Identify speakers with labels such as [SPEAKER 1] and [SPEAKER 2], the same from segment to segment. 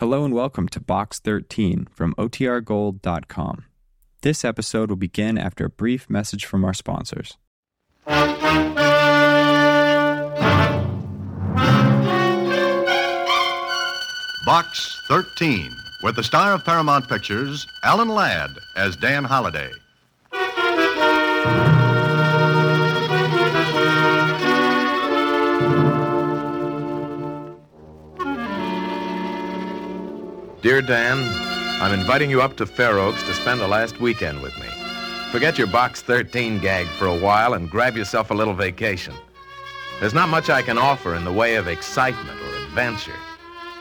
[SPEAKER 1] Hello and welcome to Box 13 from OTRGold.com. This episode will begin after a brief message from our sponsors.
[SPEAKER 2] Box 13 with the star of Paramount Pictures, Alan Ladd, as Dan Holliday.
[SPEAKER 3] Dear Dan, I'm inviting you up to Fair Oaks to spend the last weekend with me. Forget your Box 13 gag for a while and grab yourself a little vacation. There's not much I can offer in the way of excitement or adventure.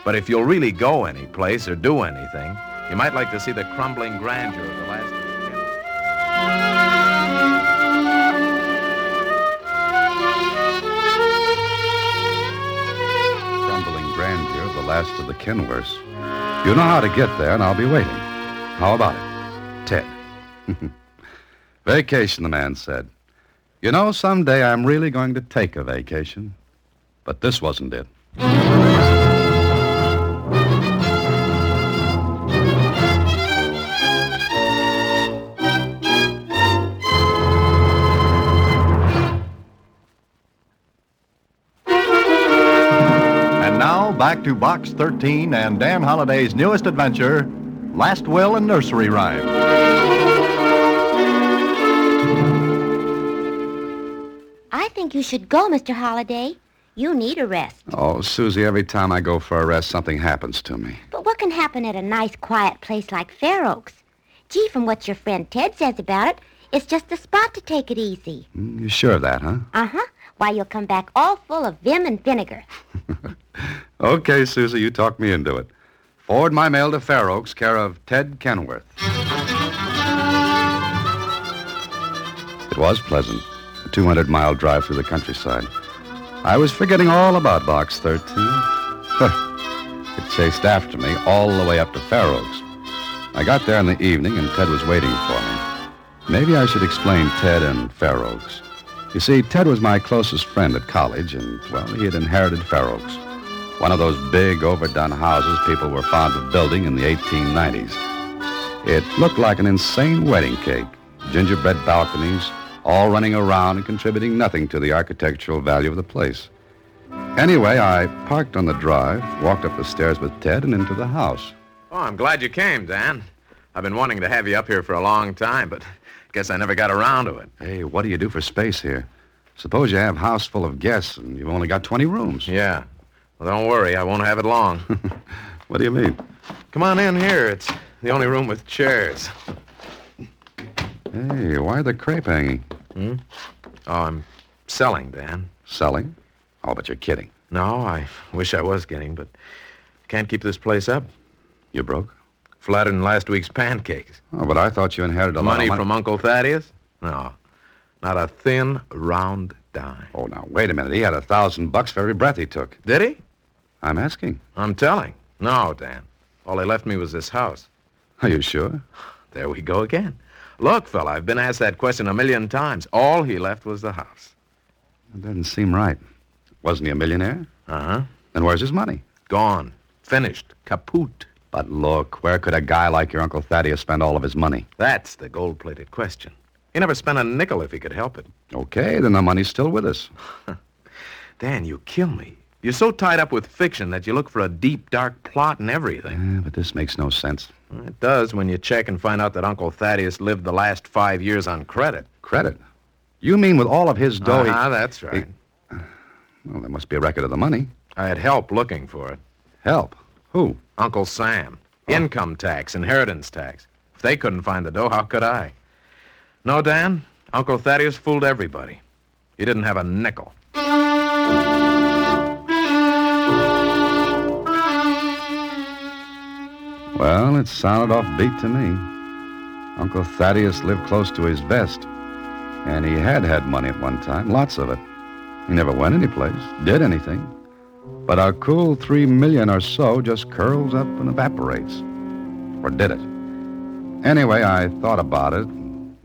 [SPEAKER 3] But if you'll really go any place or do anything, you might like to see the crumbling grandeur of the last weekend.
[SPEAKER 4] crumbling grandeur of the last of the Kenworths. You know how to get there, and I'll be waiting. How about it? Ted. vacation, the man said. You know, someday I'm really going to take a vacation. But this wasn't it.
[SPEAKER 2] And now back to Box 13 and Dan Holliday's newest adventure, Last Will and Nursery Rhyme.
[SPEAKER 5] I think you should go, Mr. Holliday. You need a rest.
[SPEAKER 4] Oh, Susie, every time I go for a rest, something happens to me.
[SPEAKER 5] But what can happen at a nice, quiet place like Fair Oaks? Gee, from what your friend Ted says about it, it's just the spot to take it easy.
[SPEAKER 4] Mm, You sure of that, huh?
[SPEAKER 5] Uh-huh. Why, you'll come back all full of vim and vinegar.
[SPEAKER 4] Okay, Susie, you talk me into it. Forward my mail to Fair Oaks, care of Ted Kenworth. It was pleasant, a 200 mile drive through the countryside. I was forgetting all about Box 13. Huh. it chased after me all the way up to Fair Oaks. I got there in the evening and Ted was waiting for me. Maybe I should explain Ted and Fair Oaks. You see, Ted was my closest friend at college, and, well, he had inherited Fair Oaks. One of those big, overdone houses people were fond of building in the 1890s. It looked like an insane wedding cake. Gingerbread balconies, all running around and contributing nothing to the architectural value of the place. Anyway, I parked on the drive, walked up the stairs with Ted, and into the house.
[SPEAKER 3] Oh, I'm glad you came, Dan. I've been wanting to have you up here for a long time, but guess I never got around to it.
[SPEAKER 4] Hey, what do you do for space here? Suppose you have a house full of guests and you've only got 20 rooms.
[SPEAKER 3] Yeah. Well, don't worry, I won't have it long.
[SPEAKER 4] What do you mean?
[SPEAKER 3] Come on in here. It's the only room with chairs. Oh,
[SPEAKER 4] Hey, why the crepe hanging?
[SPEAKER 3] Oh, I'm selling, Dan.
[SPEAKER 4] Selling? Oh, but you're kidding.
[SPEAKER 3] No, I wish I was getting, but can't keep this place up.
[SPEAKER 4] You broke?
[SPEAKER 3] Flatter than last week's pancakes.
[SPEAKER 4] Oh, but I thought you inherited a
[SPEAKER 3] money
[SPEAKER 4] lot of
[SPEAKER 3] from Uncle Thaddeus? No. Not a thin, round dime.
[SPEAKER 4] Oh, now, wait a minute. He had a thousand bucks for every breath he took.
[SPEAKER 3] Did he?
[SPEAKER 4] I'm asking.
[SPEAKER 3] I'm telling. No, Dan. All he left me was this house.
[SPEAKER 4] Are you sure?
[SPEAKER 3] There we go again. Look, fella, I've been asked that question a million times. All he left was the house.
[SPEAKER 4] That doesn't seem right. Wasn't he a millionaire?
[SPEAKER 3] Uh-huh.
[SPEAKER 4] Then where's his money?
[SPEAKER 3] Gone. Finished. Kaput.
[SPEAKER 4] But look, where could a guy like your Uncle Thaddeus spend all of his money?
[SPEAKER 3] That's the gold-plated question. He never spent a nickel if he could help it.
[SPEAKER 4] Okay, then the money's still with us.
[SPEAKER 3] Dan, you kill me. You're so tied up with fiction that you look for a deep, dark plot and everything.
[SPEAKER 4] Eh, but this makes no sense.
[SPEAKER 3] It does when you check and find out that Uncle Thaddeus lived the last five years on credit.
[SPEAKER 4] Credit. You mean with all of his dough, he-
[SPEAKER 3] Ah, that's right.
[SPEAKER 4] Well, there must be a record of the money.
[SPEAKER 3] I had help looking for it.
[SPEAKER 4] Help. Who?
[SPEAKER 3] Uncle Sam. Income tax, inheritance tax. If they couldn't find the dough, how could I? No, Dan, Uncle Thaddeus fooled everybody. He didn't have a nickel.
[SPEAKER 4] Well, it sounded offbeat to me. Uncle Thaddeus lived close to his vest, and he had had money at one time, lots of it. He never went anyplace, did anything. But our cool three million or so just curls up and evaporates. Or did it? Anyway, I thought about it.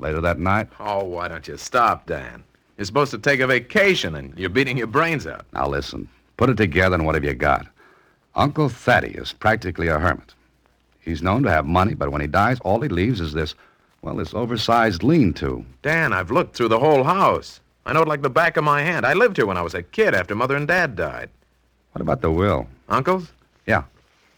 [SPEAKER 4] Later that night,
[SPEAKER 3] Oh, why don't you stop, Dan? You're supposed to take a vacation, and you're beating your brains out.
[SPEAKER 4] now listen, put it together and what have you got? Uncle Thaddy is practically a hermit. He's known to have money, but when he dies, all he leaves is this, well, this oversized lean to.
[SPEAKER 3] Dan, I've looked through the whole house. I know it like the back of my hand. I lived here when I was a kid after Mother and Dad died.
[SPEAKER 4] What about the will?
[SPEAKER 3] Uncles?
[SPEAKER 4] Yeah.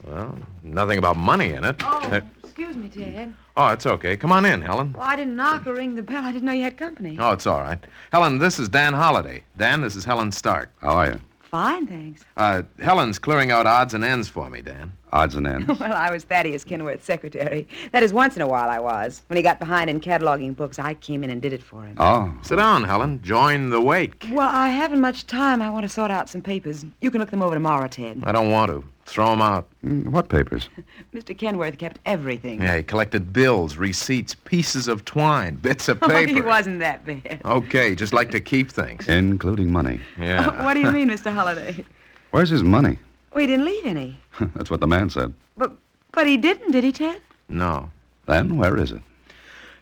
[SPEAKER 3] Well, nothing about money in it.
[SPEAKER 6] Oh,
[SPEAKER 3] Uh,
[SPEAKER 6] excuse me, Ted.
[SPEAKER 3] oh, it's okay. Come on in, Helen.
[SPEAKER 6] Well, I didn't knock or ring the bell. I didn't know you had company.
[SPEAKER 3] Oh, it's all right. Helen, this is Dan Holliday. Dan, this is Helen Stark.
[SPEAKER 4] How are you?
[SPEAKER 6] Fine, thanks.
[SPEAKER 3] Uh, Helen's clearing out odds and ends for me, Dan.
[SPEAKER 4] Odds and ends.
[SPEAKER 6] Well, I was Thaddeus Kenworth's secretary. That is, once in a while I was. When he got behind in cataloging books, I came in and did it for him.
[SPEAKER 4] Oh,
[SPEAKER 3] Sit down, Helen. Join the wake.
[SPEAKER 6] Well, I haven't much time. I want to sort out some papers. You can look them over tomorrow, Ted.
[SPEAKER 3] I don't want to. Throw 'em out.
[SPEAKER 4] mm, what papers?
[SPEAKER 6] Mr. Kenworth kept everything.
[SPEAKER 3] Yeah, he collected bills, receipts, pieces of twine, bits of
[SPEAKER 6] Oh,
[SPEAKER 3] paper.
[SPEAKER 6] he wasn't that bad.
[SPEAKER 3] Okay, just like to keep things.
[SPEAKER 4] Including money.
[SPEAKER 3] Yeah.
[SPEAKER 6] what do you mean, Mr. Holliday?
[SPEAKER 4] Where's his money?
[SPEAKER 6] Well, he didn't leave any.
[SPEAKER 4] That's what the man said.
[SPEAKER 6] But but he didn't, did he, Ted?
[SPEAKER 3] No.
[SPEAKER 4] Then where is it?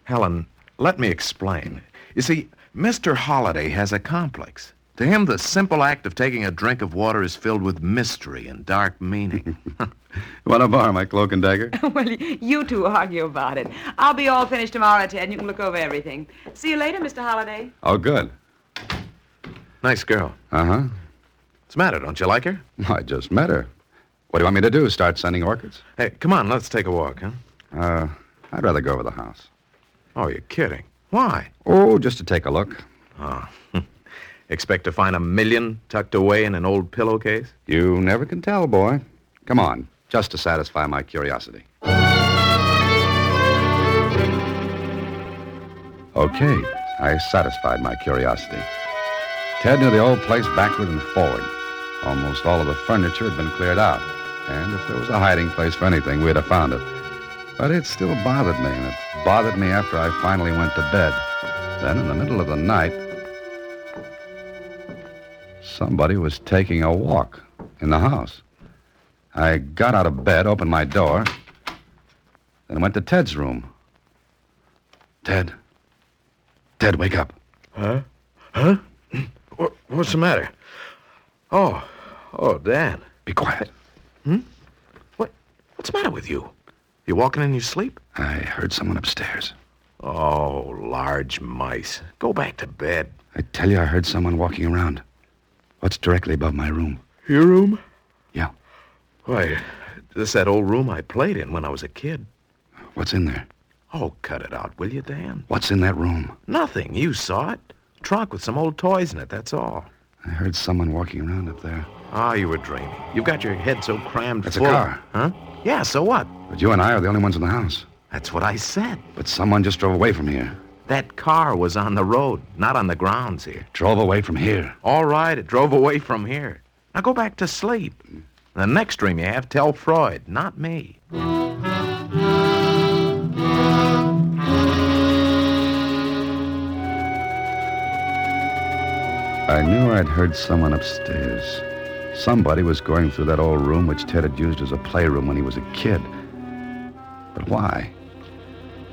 [SPEAKER 3] Helen, let me explain. You see, Mr. Holliday has a complex. To him, the simple act of taking a drink of water is filled with mystery and dark meaning.
[SPEAKER 4] You want to borrow my cloak and dagger?
[SPEAKER 6] well, y- you two argue about it. I'll be all finished tomorrow, Ted, and you can look over everything. See you later, Mr. Holliday.
[SPEAKER 4] oh, good.
[SPEAKER 3] nice girl.
[SPEAKER 4] Uh huh.
[SPEAKER 3] What's the matter? Don't you like her?
[SPEAKER 4] I just met her. What do you want me to do? Start sending orchids?
[SPEAKER 3] Hey, come on, let's take a walk, huh?
[SPEAKER 4] Uh, I'd rather go over the house.
[SPEAKER 3] Oh, you're kidding. Why?
[SPEAKER 4] Oh, just to take a look.
[SPEAKER 3] Expect to find a million tucked away in an old pillowcase?
[SPEAKER 4] You never can tell, boy. Come on, just to satisfy my curiosity. Okay, I satisfied my curiosity. Ted knew the old place backward and forward. Almost all of the furniture had been cleared out, and if there was a hiding place for anything, we'd have found it. But it still bothered me, and it bothered me after I finally went to bed. Then, in the middle of the night, Somebody was taking a walk in the house. I got out of bed, opened my door, then went to Ted's room. Ted. Ted, wake up.
[SPEAKER 3] Wha- What's the matter? Oh, oh, Dan.
[SPEAKER 4] Be quiet.
[SPEAKER 3] What? What's the matter with you? You walking in your sleep?
[SPEAKER 4] I heard someone upstairs.
[SPEAKER 3] Oh, large mice. Go back to bed.
[SPEAKER 4] I tell you, I heard someone walking around. What's directly above my room?
[SPEAKER 3] Your room?
[SPEAKER 4] Yeah.
[SPEAKER 3] Why, this that old room I played in when I was a kid.
[SPEAKER 4] What's in there?
[SPEAKER 3] Oh, cut it out, will you, Dan?
[SPEAKER 4] What's in that room?
[SPEAKER 3] Nothing. You saw it. Trunk with some old toys in it, that's all.
[SPEAKER 4] I heard someone walking around up there.
[SPEAKER 3] Ah, you were dreaming. You've got your head so crammed
[SPEAKER 4] That's a
[SPEAKER 3] full.
[SPEAKER 4] car.
[SPEAKER 3] Huh? Yeah, so what?
[SPEAKER 4] But you and I are the only ones in the house.
[SPEAKER 3] That's what I said.
[SPEAKER 4] But someone just drove away from here.
[SPEAKER 3] That car was on the road, not on the grounds here.
[SPEAKER 4] Drove away from here.
[SPEAKER 3] All right, it drove away from here. Now go back to sleep. The next dream you have, tell Freud, not me.
[SPEAKER 4] I knew I'd heard someone upstairs. Somebody was going through that old room which Ted had used as a playroom when he was a kid. But why?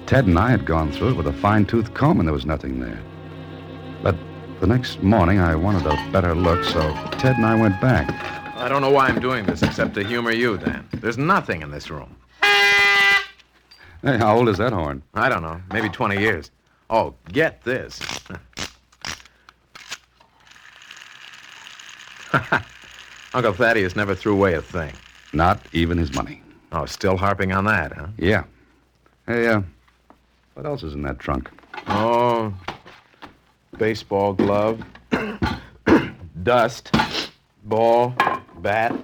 [SPEAKER 4] Ted and I had gone through it with a fine tooth comb and there was nothing there. But the next morning I wanted a better look, so Ted and I went back.
[SPEAKER 3] I don't know why I'm doing this except to humor you, Dan. There's nothing in this room.
[SPEAKER 4] Hey, how old is that horn?
[SPEAKER 3] I don't know, maybe 20 years. Oh, get this. Uncle Thaddeus never threw away a thing.
[SPEAKER 4] Not even his money.
[SPEAKER 3] Oh, still harping on that, huh?
[SPEAKER 4] Yeah. Hey, uh, what else is in that trunk?
[SPEAKER 3] Oh, baseball glove, dust, ball, bat.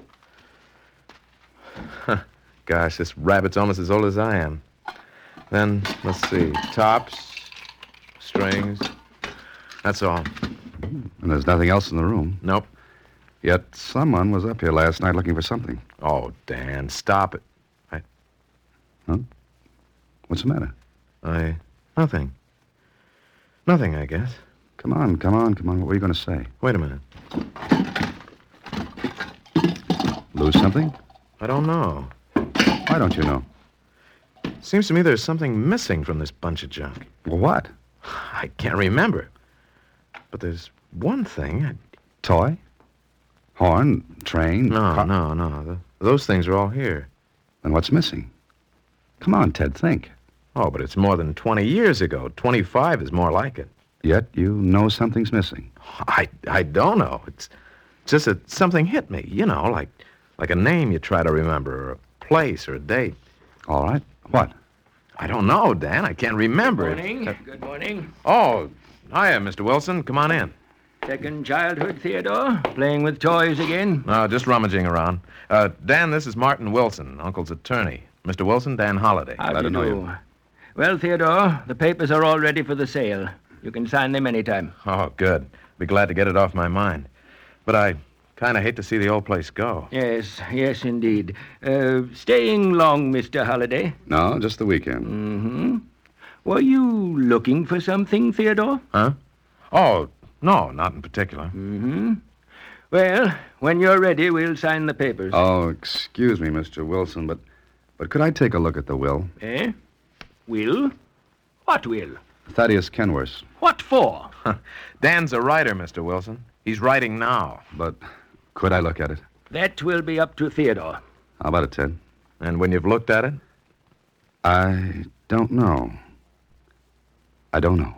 [SPEAKER 3] Gosh, this rabbit's almost as old as I am. Then, let's see, tops, strings. That's all.
[SPEAKER 4] And there's nothing else in the room.
[SPEAKER 3] Nope.
[SPEAKER 4] Yet someone was up here last night looking for something.
[SPEAKER 3] Oh, Dan, stop it. I.
[SPEAKER 4] What's the matter?
[SPEAKER 3] I. Nothing. Nothing, I guess.
[SPEAKER 4] Come on, come on, come on. What were you going to say?
[SPEAKER 3] Wait a minute.
[SPEAKER 4] Lose something?
[SPEAKER 3] I don't know.
[SPEAKER 4] Why don't you know?
[SPEAKER 3] Seems to me there's something missing from this bunch of junk.
[SPEAKER 4] Well, what?
[SPEAKER 3] I can't remember. But there's one thing. I...
[SPEAKER 4] Toy? Horn? Train?
[SPEAKER 3] No,
[SPEAKER 4] car-
[SPEAKER 3] no, no. The, Those things are all here.
[SPEAKER 4] Then what's missing? Come on, Ted, think.
[SPEAKER 3] Oh, but it's more than 20 years ago. 25 is more like it.
[SPEAKER 4] Yet you know something's missing.
[SPEAKER 3] I, I don't know. It's just that something hit me, you know, like, like a name you try to remember, or a place, or a date.
[SPEAKER 4] All right. What?
[SPEAKER 3] I don't know, Dan. I can't remember.
[SPEAKER 7] Good
[SPEAKER 3] it.
[SPEAKER 7] morning. Good morning.
[SPEAKER 3] Oh, hiya, Mr. Wilson. Come on in.
[SPEAKER 7] Second childhood, Theodore. Playing with toys again.
[SPEAKER 3] No, just rummaging around. Uh, Dan, this is Martin Wilson, Uncle's attorney. Mr. Wilson, Dan Holliday.
[SPEAKER 7] How
[SPEAKER 4] Glad
[SPEAKER 7] do
[SPEAKER 4] to know you.
[SPEAKER 7] Well, Theodore, the papers are all ready for the sale. You can sign them anytime.
[SPEAKER 3] Oh, good. Be glad to get it off my mind. But I kind of hate to see the old place go.
[SPEAKER 7] Yes, yes, indeed. Uh, staying long, Mr. Holliday?
[SPEAKER 4] No, just the
[SPEAKER 3] Mm.
[SPEAKER 4] weekend.
[SPEAKER 7] Mm-hmm. Were you looking for something, Theodore?
[SPEAKER 3] Huh? Oh, no, not in particular.
[SPEAKER 7] Mm-hmm. Well, when you're ready, we'll sign the papers.
[SPEAKER 4] Oh, excuse me, Mr. Wilson, but but could I take a look at the will?
[SPEAKER 7] Eh? Will? What will?
[SPEAKER 4] Thaddeus Kenworth.
[SPEAKER 7] What for?
[SPEAKER 3] Dan's a writer, Mr. Wilson. He's writing now.
[SPEAKER 4] But could I look at it?
[SPEAKER 7] That will be up to Theodore.
[SPEAKER 4] How about it, Ted?
[SPEAKER 3] And when you've looked at it,
[SPEAKER 4] I don't know. I don't know.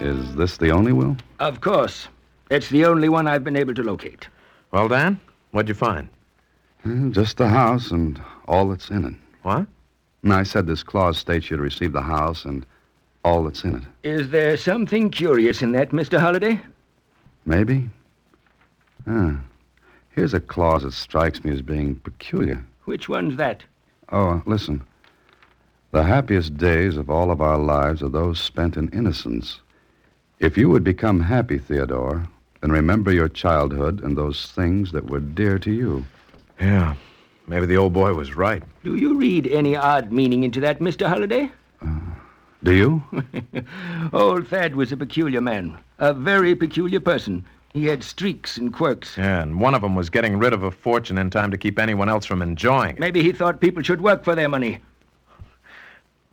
[SPEAKER 4] Is this the only will?
[SPEAKER 7] Of course. It's the only one I've been able to locate.
[SPEAKER 3] well, Dan, what'd you find?
[SPEAKER 4] Hmm, Just the house and all that's in it.
[SPEAKER 3] What?
[SPEAKER 4] And I said this clause states you to receive the house and all that's in it.
[SPEAKER 7] Is there something curious in that, Mr. Holliday?
[SPEAKER 4] Maybe? Ah. Here's a clause that strikes me as being peculiar.
[SPEAKER 7] Which one's that?
[SPEAKER 4] Oh, listen. The happiest days of all of our lives are those spent in innocence. If you would become happy, Theodore, then remember your childhood and those things that were dear to you.
[SPEAKER 3] Yeah. Maybe the old boy was right.
[SPEAKER 7] Do you read any odd meaning into that, Mr. Holliday?
[SPEAKER 4] Do you?
[SPEAKER 7] Old Thad was a peculiar man, a very peculiar person. He had streaks and quirks.
[SPEAKER 3] Yeah, and one of them was getting rid of a fortune in time to keep anyone else from enjoying it.
[SPEAKER 7] Maybe he thought people should work for their money.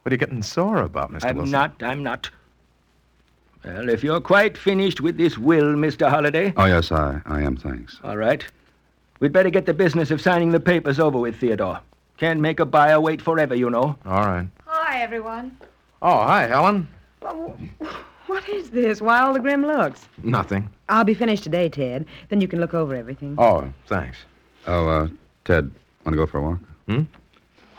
[SPEAKER 3] What are you getting sore about, mister
[SPEAKER 7] I'm
[SPEAKER 3] Wilson?
[SPEAKER 7] not, I'm not. Well, if you're quite finished with this will, Mr. Holliday,
[SPEAKER 4] Oh, yes, I, I am, thanks.
[SPEAKER 7] all right. We'd better get the business of signing the papers over with, Theodore. Can't make a buyer wait forever, you know.
[SPEAKER 3] All right.
[SPEAKER 8] Hi, everyone.
[SPEAKER 3] Oh, hi, Helen.
[SPEAKER 6] Oh, what is this? Why all the grim looks?
[SPEAKER 3] Nothing.
[SPEAKER 6] I'll be finished today, Ted. Then you can look over everything.
[SPEAKER 3] Oh, thanks.
[SPEAKER 4] Oh, uh, Ted, want to go for a walk?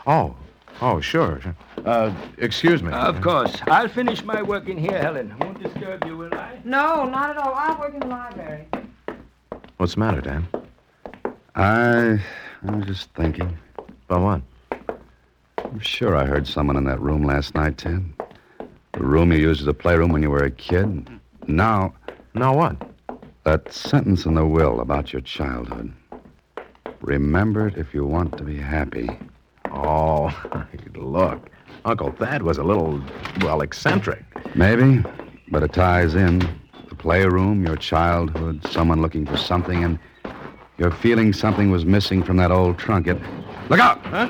[SPEAKER 3] Oh, oh, sure. sure. Uh, excuse me.
[SPEAKER 7] Of course. I'll finish my work in here, Helen. Won't disturb you, will I?
[SPEAKER 8] No, not at all. I work in the library.
[SPEAKER 3] What's the matter, Dan?
[SPEAKER 4] I, I was just thinking.
[SPEAKER 3] About what?
[SPEAKER 4] I'm sure I heard someone in that room last night, Ted. The room you used as a playroom when you were a kid. Now,
[SPEAKER 3] No, what?
[SPEAKER 4] That sentence in the will about your childhood. Remember it if you want to be happy.
[SPEAKER 3] Oh, look. Uncle Thad was a little, well, eccentric.
[SPEAKER 4] Maybe, but it ties in. The playroom, your childhood, someone looking for something, and you're feeling something was missing from that old trunk. It. Look out!
[SPEAKER 3] Huh?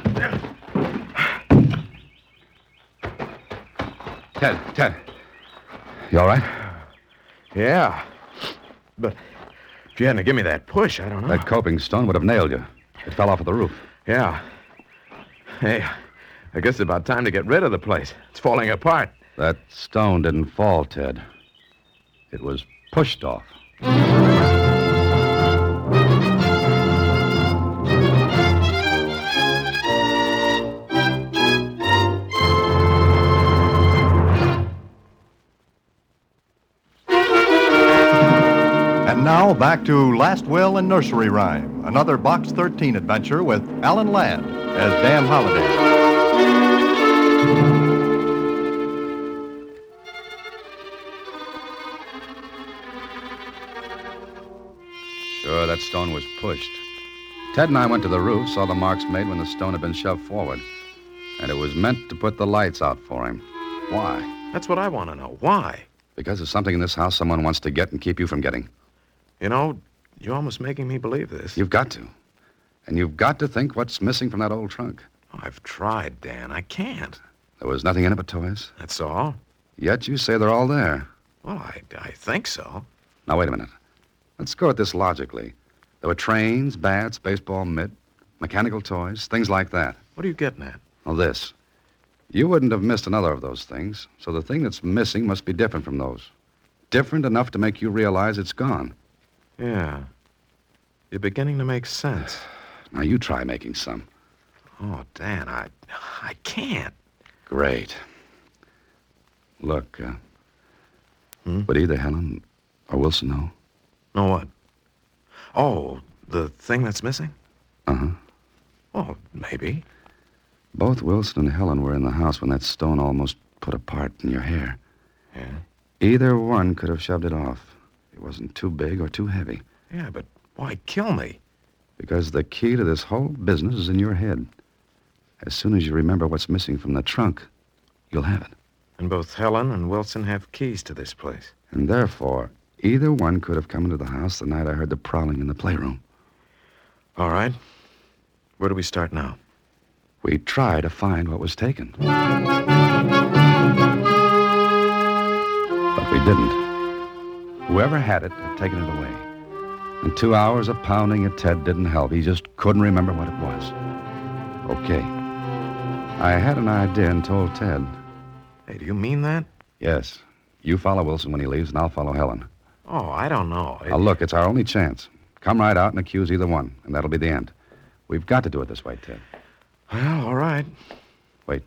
[SPEAKER 4] Ted, Ted. You all right?
[SPEAKER 3] Yeah. But if you hadn't have given me that push, I don't know.
[SPEAKER 4] That coping stone would have nailed you. It fell off of the roof.
[SPEAKER 3] Yeah. Hey, I guess it's about time to get rid of the place. It's falling apart.
[SPEAKER 4] That stone didn't fall, Ted. It was pushed off.
[SPEAKER 2] And now back to Last Will and Nursery Rhyme, another Box 13 adventure with Alan Ladd as Dan Holliday.
[SPEAKER 4] Sure, that stone was pushed. Ted and I went to the roof, saw the marks made when the stone had been shoved forward. And it was meant to put the lights out for him. Why?
[SPEAKER 3] That's what I want to know. Why?
[SPEAKER 4] Because there's something in this house someone wants to get and keep you from getting.
[SPEAKER 3] You know, you're almost making me believe this.
[SPEAKER 4] You've got to. And you've got to think what's missing from that old trunk.
[SPEAKER 3] I've tried, Dan. I can't.
[SPEAKER 4] There was nothing in it but toys.
[SPEAKER 3] That's all.
[SPEAKER 4] Yet you say they're all there.
[SPEAKER 3] Well, I, I think so.
[SPEAKER 4] Now, wait a minute. Let's go at this logically. There were trains, bats, baseball mitt, mechanical toys, things like that.
[SPEAKER 3] What are you getting at?
[SPEAKER 4] Now, this. You wouldn't have missed another of those things, so the thing that's missing must be different from those. Different enough to make you realize it's gone.
[SPEAKER 3] Yeah. You're beginning to make sense.
[SPEAKER 4] Now, you try making some.
[SPEAKER 3] Oh, Dan, I, I can't.
[SPEAKER 4] Great. Look, uh, would either Helen or Wilson know?
[SPEAKER 3] No what? Oh, the thing that's missing?
[SPEAKER 4] Uh huh.
[SPEAKER 3] Oh, maybe.
[SPEAKER 4] Both Wilson and Helen were in the house when that stone almost put a part in your hair.
[SPEAKER 3] Yeah.
[SPEAKER 4] Either one could have shoved it off. It wasn't too big or too heavy,
[SPEAKER 3] Yeah, but why kill me?
[SPEAKER 4] because the key to this whole business is in your head. As soon as you remember what's missing from the trunk, you'll have it.
[SPEAKER 3] And both Helen and Wilson have keys to this place.
[SPEAKER 4] And therefore, either one could have come into the house the night I heard the prowling in the playroom.
[SPEAKER 3] All right. Where do we start now?
[SPEAKER 4] We try to find what was taken. But we didn't. Whoever had it had taken it away. And two hours of pounding at Ted didn't help. He just couldn't remember what it was. Okay. I had an idea and told Ted.
[SPEAKER 3] Hey, do you mean that?
[SPEAKER 4] Yes. You follow Wilson when he leaves, and I'll follow Helen.
[SPEAKER 3] Oh, I don't know. It-
[SPEAKER 4] Now, look, it's our only chance. Come right out and accuse either one, and that'll be the end. We've got to do it this way, Ted.
[SPEAKER 3] Well, all right.
[SPEAKER 4] Wait.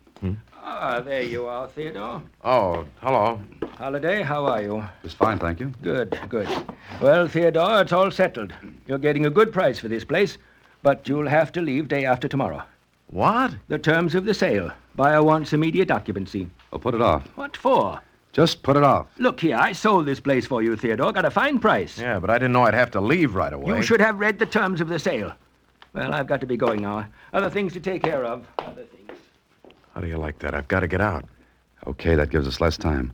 [SPEAKER 7] Ah, there you are, Theodore.
[SPEAKER 3] Oh, hello.
[SPEAKER 7] Holiday, how are you?
[SPEAKER 4] It's fine, thank you.
[SPEAKER 7] Good, good. Well, Theodore, it's all settled. You're getting a good price for this place, but you'll have to leave day after tomorrow.
[SPEAKER 3] What?
[SPEAKER 7] The terms of the sale. Buyer wants immediate occupancy.
[SPEAKER 4] I'll put it off.
[SPEAKER 7] What for?
[SPEAKER 4] Just put it off.
[SPEAKER 7] Look here, I sold this place for you, Theodore. Got a fine price.
[SPEAKER 3] Yeah, but I didn't know I'd have to leave right away.
[SPEAKER 7] You should have read the terms of the sale. Well, I've got to be going now. Other things to take care of. Other things.
[SPEAKER 3] How do you like that? I've got to get out.
[SPEAKER 4] Okay, that gives us less time.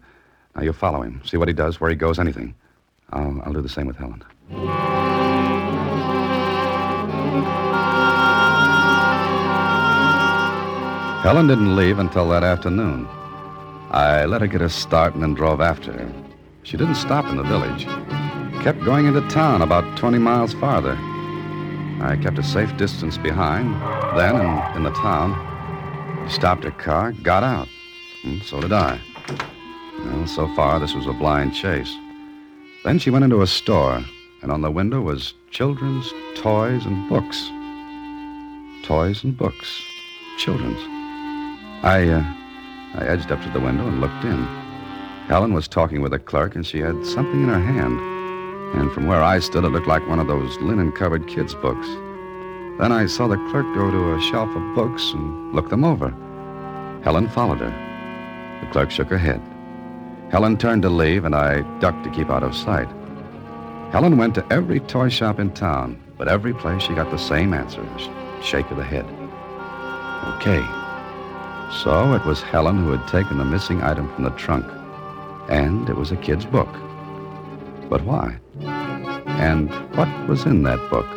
[SPEAKER 4] Now you follow him, see what he does, where he goes, anything. I'll, I'll do the same with Helen. Helen didn't leave until that afternoon. I let her get her start and then drove after her. She didn't stop in the village, kept going into town about 20 miles farther. I kept a safe distance behind, then in, in the town. Stopped her car, got out. And so did I. Well, so far, this was a blind chase. Then she went into a store, and on the window was children's toys and books. Toys and books. Children's. I, uh, I edged up to the window and looked in. Helen was talking with a clerk, and she had something in her hand. And from where I stood, it looked like one of those linen covered kids' books. Then I saw the clerk go to a shelf of books and look them over. Helen followed her. The clerk shook her head. Helen turned to leave, and I ducked to keep out of sight. Helen went to every toy shop in town, but every place she got the same answer a sh- shake of the head. Okay. So it was Helen who had taken the missing item from the trunk, and it was a kid's book. But why? And what was in that book?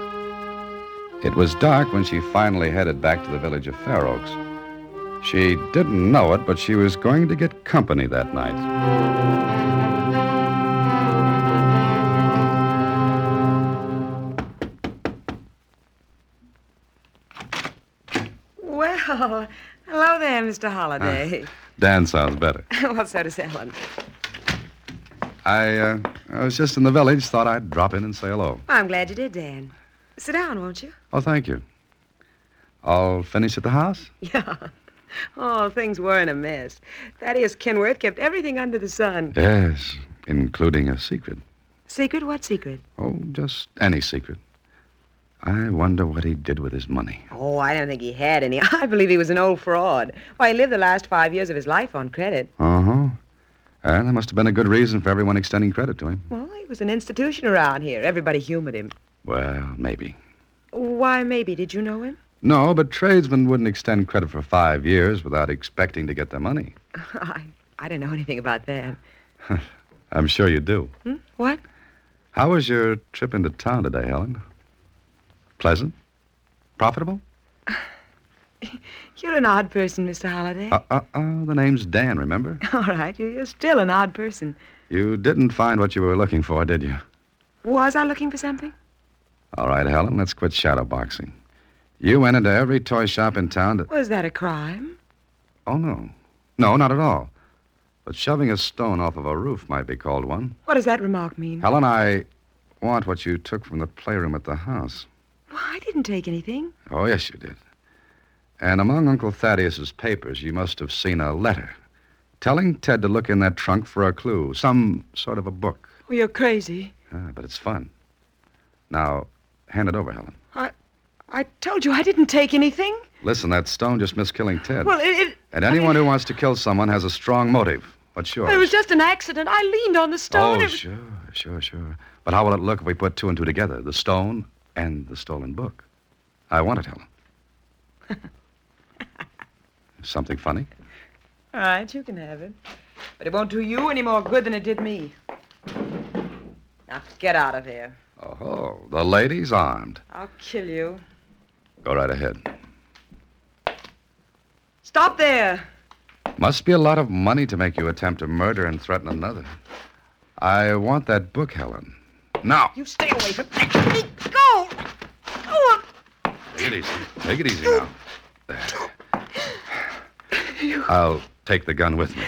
[SPEAKER 4] It was dark when she finally headed back to the village of Fair Oaks. She didn't know it, but she was going to get company that night.
[SPEAKER 6] Well, hello there, Mr. Holliday.
[SPEAKER 4] Dan sounds better.
[SPEAKER 6] well, so does Helen.
[SPEAKER 4] I, uh, I was just in the village, thought I'd drop in and say hello.
[SPEAKER 6] I'm glad you did, Dan. Sit down, won't you?
[SPEAKER 4] Oh, thank you. All finished at the house?
[SPEAKER 6] Yeah. Oh, things were in a mess. Thaddeus Kenworth kept everything under the sun.
[SPEAKER 4] Yes, including a secret.
[SPEAKER 6] Secret? What secret?
[SPEAKER 4] Oh, just any secret. I wonder what he did with his money.
[SPEAKER 6] Oh, I don't think he had any. I believe he was an old fraud. Why, he lived the last five years of his life on credit.
[SPEAKER 4] Uh huh. And there must have been a good reason for everyone extending credit to him.
[SPEAKER 6] Well, he was an institution around here. Everybody humored him.
[SPEAKER 4] Well, maybe.
[SPEAKER 6] Why, maybe. Did you know him?
[SPEAKER 4] No, but tradesmen wouldn't extend credit for five years without expecting to get their money.
[SPEAKER 6] I, I don't know anything about that.
[SPEAKER 4] I'm sure you do.
[SPEAKER 6] What?
[SPEAKER 4] How was your trip into town today, Helen? Pleasant? Profitable?
[SPEAKER 8] You're an odd person, Mr. Holliday.
[SPEAKER 4] Uh, uh, uh, the name's Dan, remember?
[SPEAKER 8] All right, you- you're still an odd person.
[SPEAKER 4] You didn't find what you were looking for, did you?
[SPEAKER 8] Was I looking for something?
[SPEAKER 4] All right, Helen, let's quit shadow boxing. You went into every toy shop in town to...
[SPEAKER 8] Was that a crime?
[SPEAKER 4] Oh, no. No, not at all. But shoving a stone off of a roof might be called one.
[SPEAKER 8] What does that remark mean?
[SPEAKER 4] Helen, I want what you took from the playroom at the house.
[SPEAKER 8] Well, I didn't take anything.
[SPEAKER 4] Oh, yes, you did. And among Uncle Thaddeus's papers, you must have seen a letter telling Ted to look in that trunk for a clue, some sort of a book.
[SPEAKER 8] Well, you're crazy.
[SPEAKER 4] Ah, but it's fun. Now, hand it over, Helen.
[SPEAKER 8] I told you I didn't take anything.
[SPEAKER 4] Listen, that stone just missed killing Ted.
[SPEAKER 8] Well, it, it,
[SPEAKER 4] and anyone who wants to kill someone has a strong motive. What's yours?
[SPEAKER 8] it was just an accident. I leaned on the stone.
[SPEAKER 4] Oh,
[SPEAKER 8] It was-
[SPEAKER 4] sure, sure, sure. But how will it look if we put two and two together? The stone and the stolen book. I want it, Helen. Something funny?
[SPEAKER 6] All right, you can have it. But it won't do you any more good than it did me. Now, get out of here.
[SPEAKER 4] Oh, the lady's armed.
[SPEAKER 6] I'll kill you.
[SPEAKER 4] Go right ahead.
[SPEAKER 6] Stop there.
[SPEAKER 4] Must be a lot of money to make you attempt to murder and threaten another. I want that book, Helen. Now.
[SPEAKER 6] You stay away from me. Go. Go.
[SPEAKER 4] Take it easy. Take it easy now. There. I'll take the gun with me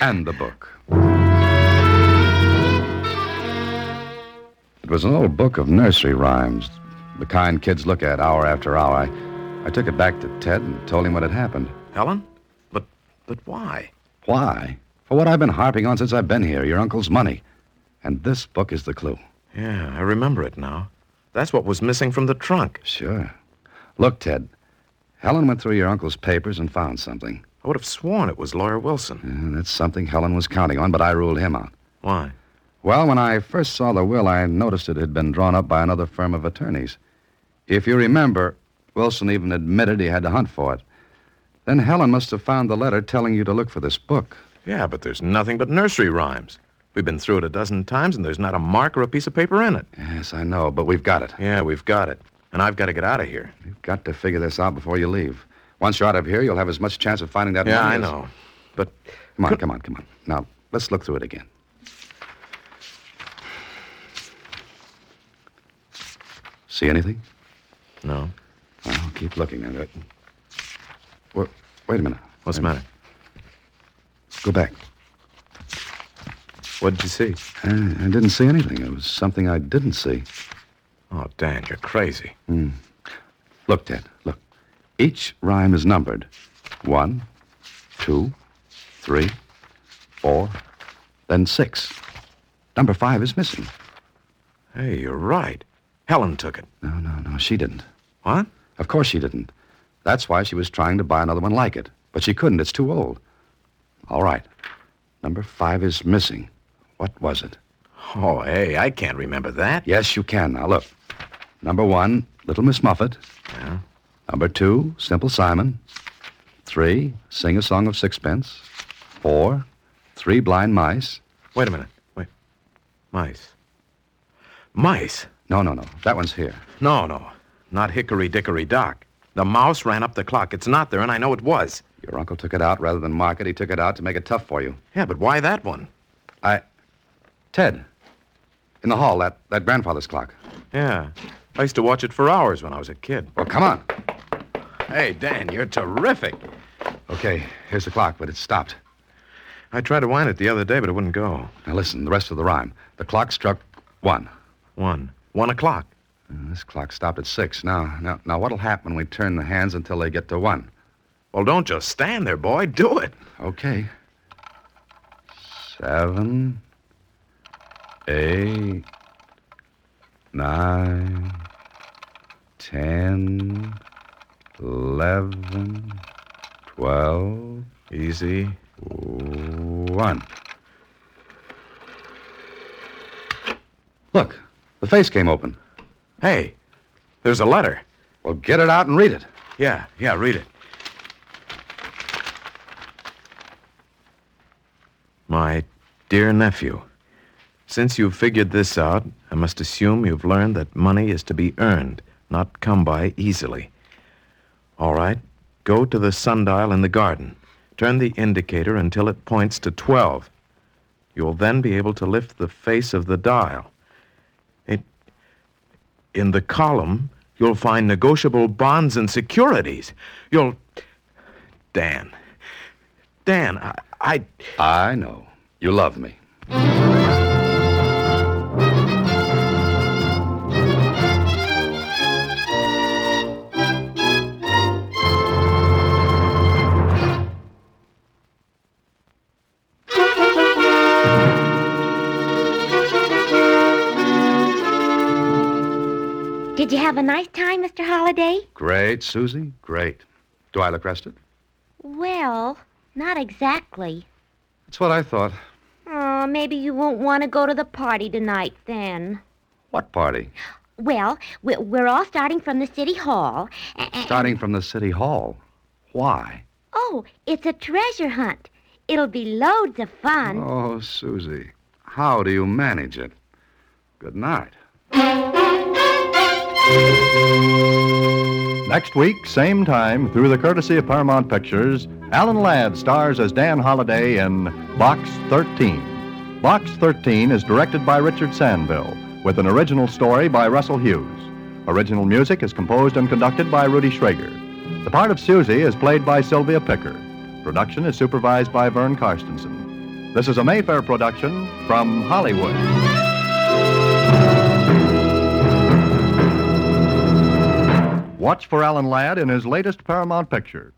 [SPEAKER 4] and the book. It was an old book of nursery rhymes, the kind kids look at hour after hour. I, I took it back to Ted and told him what had happened.
[SPEAKER 3] Helen? But but why?
[SPEAKER 4] Why? For what I've been harping on since I've been here, your uncle's money. And this book is the clue.
[SPEAKER 3] Yeah, I remember it now. That's what was missing from the trunk.
[SPEAKER 4] Sure. Look, Ted. Helen went through your uncle's papers and found something.
[SPEAKER 3] I would have sworn it was Lawyer Wilson.
[SPEAKER 4] Uh, That's something Helen was counting on, but I ruled him out.
[SPEAKER 3] Why?
[SPEAKER 4] Well, when I first saw the will, I noticed it had been drawn up by another firm of attorneys. If you remember, Wilson even admitted he had to hunt for it. Then Helen must have found the letter telling you to look for this book.
[SPEAKER 3] Yeah, but there's nothing but nursery rhymes. We've been through it a dozen times, and there's not a mark or a piece of paper in it.
[SPEAKER 4] Yes, I know, but we've got it.
[SPEAKER 3] Yeah, we've got it. And I've got to get out of here.
[SPEAKER 4] You've got to figure this out before you leave. Once you're out of here, you'll have as much chance of finding that
[SPEAKER 3] Yeah,
[SPEAKER 4] money
[SPEAKER 3] I
[SPEAKER 4] as-
[SPEAKER 3] know. But
[SPEAKER 4] Come on, come on, come on. Now, let's look through it again. See anything?
[SPEAKER 3] no.
[SPEAKER 4] Well, keep looking at it. Wait, wait a minute.
[SPEAKER 3] What's the matter?
[SPEAKER 4] Go back.
[SPEAKER 3] What did you see?
[SPEAKER 4] I, I didn't see anything. It was something I didn't see.
[SPEAKER 3] Oh, Dan, you're crazy.
[SPEAKER 4] Look, Ted, look. Each rhyme is numbered one, two, three, four, then six. Number five is missing.
[SPEAKER 3] Hey, you're right. Helen took it.
[SPEAKER 4] No, no, no, she didn't.
[SPEAKER 3] What?
[SPEAKER 4] Of course she didn't. That's why she was trying to buy another one like it. But she couldn't. It's too old. All right. Number five is missing. What was it?
[SPEAKER 3] Oh, hey, I can't remember that.
[SPEAKER 4] Yes, you can. Now, look. Number one, Little Miss Muffet.
[SPEAKER 3] Yeah.
[SPEAKER 4] Number two, Simple Simon. Three, Sing a Song of Sixpence. Four, Three Blind Mice.
[SPEAKER 3] Wait a minute. Wait. Mice. Mice?
[SPEAKER 4] No, no, no. That one's here.
[SPEAKER 3] No, no. Not Hickory Dickory Dock. The mouse ran up the clock. It's not there, and I know it was.
[SPEAKER 4] Your uncle took it out rather than mark it. He took it out to make it tough for you.
[SPEAKER 3] Yeah, but why that one?
[SPEAKER 4] I. Ted. In the hall, that, that grandfather's clock.
[SPEAKER 3] Yeah. I used to watch it for hours when I was a kid.
[SPEAKER 4] Well, Oh, come on.
[SPEAKER 3] Hey, Dan, you're terrific.
[SPEAKER 4] Okay, here's the clock, but it's stopped.
[SPEAKER 3] I tried to wind it the other day, but it wouldn't go.
[SPEAKER 4] Now listen, the rest of the rhyme. The clock struck one.
[SPEAKER 3] One. One o'clock.
[SPEAKER 4] Uh, This clock stopped at six. Now, now, now, what'll happen when we turn the hands until they get to one?
[SPEAKER 3] Well, don't just stand there, boy. Do it.
[SPEAKER 4] Okay. Seven, eight, nine, ten, eleven, twelve,
[SPEAKER 3] Easy.
[SPEAKER 4] one. Look, the face came open.
[SPEAKER 3] Hey, there's a letter.
[SPEAKER 4] Well, get it out and read it.
[SPEAKER 3] Yeah, yeah, read it. My dear nephew, since you've figured this out, I must assume you've learned that money is to be earned, not come by easily. All right, Go to the sundial in the garden. Turn the indicator until it points to 12. You'll then be able to lift the face of the dial. It, in the column, you'll find negotiable bonds and securities. You'll. Dan. Dan, I. I
[SPEAKER 4] I know. You love me.
[SPEAKER 5] Did you have a nice time, Mr. Holliday?
[SPEAKER 4] Great, Susie. Great. Do I look rested?
[SPEAKER 5] Well, not exactly.
[SPEAKER 4] That's what I thought.
[SPEAKER 5] Oh, maybe you won't want to go to the party tonight then.
[SPEAKER 4] What party?
[SPEAKER 5] Well, we- we're all starting from the city hall. a- a-
[SPEAKER 4] Starting from the city hall. Why?
[SPEAKER 5] Oh, it's a treasure hunt. It'll be loads of fun.
[SPEAKER 4] Oh, Susie, how do you manage it? Good night.
[SPEAKER 2] Next week, same time, through the courtesy of Paramount Pictures, Alan Ladd stars as Dan Holliday in Box 13. Box 13 is directed by Richard Sandville, with an original story by Russell Hughes. Original music is composed and conducted by Rudy Schrager. The part of Susie is played by Sylvia Picker. Production is supervised by Vern Karstensen. This is a Mayfair production from Hollywood. Watch for Alan Ladd in his latest Paramount picture,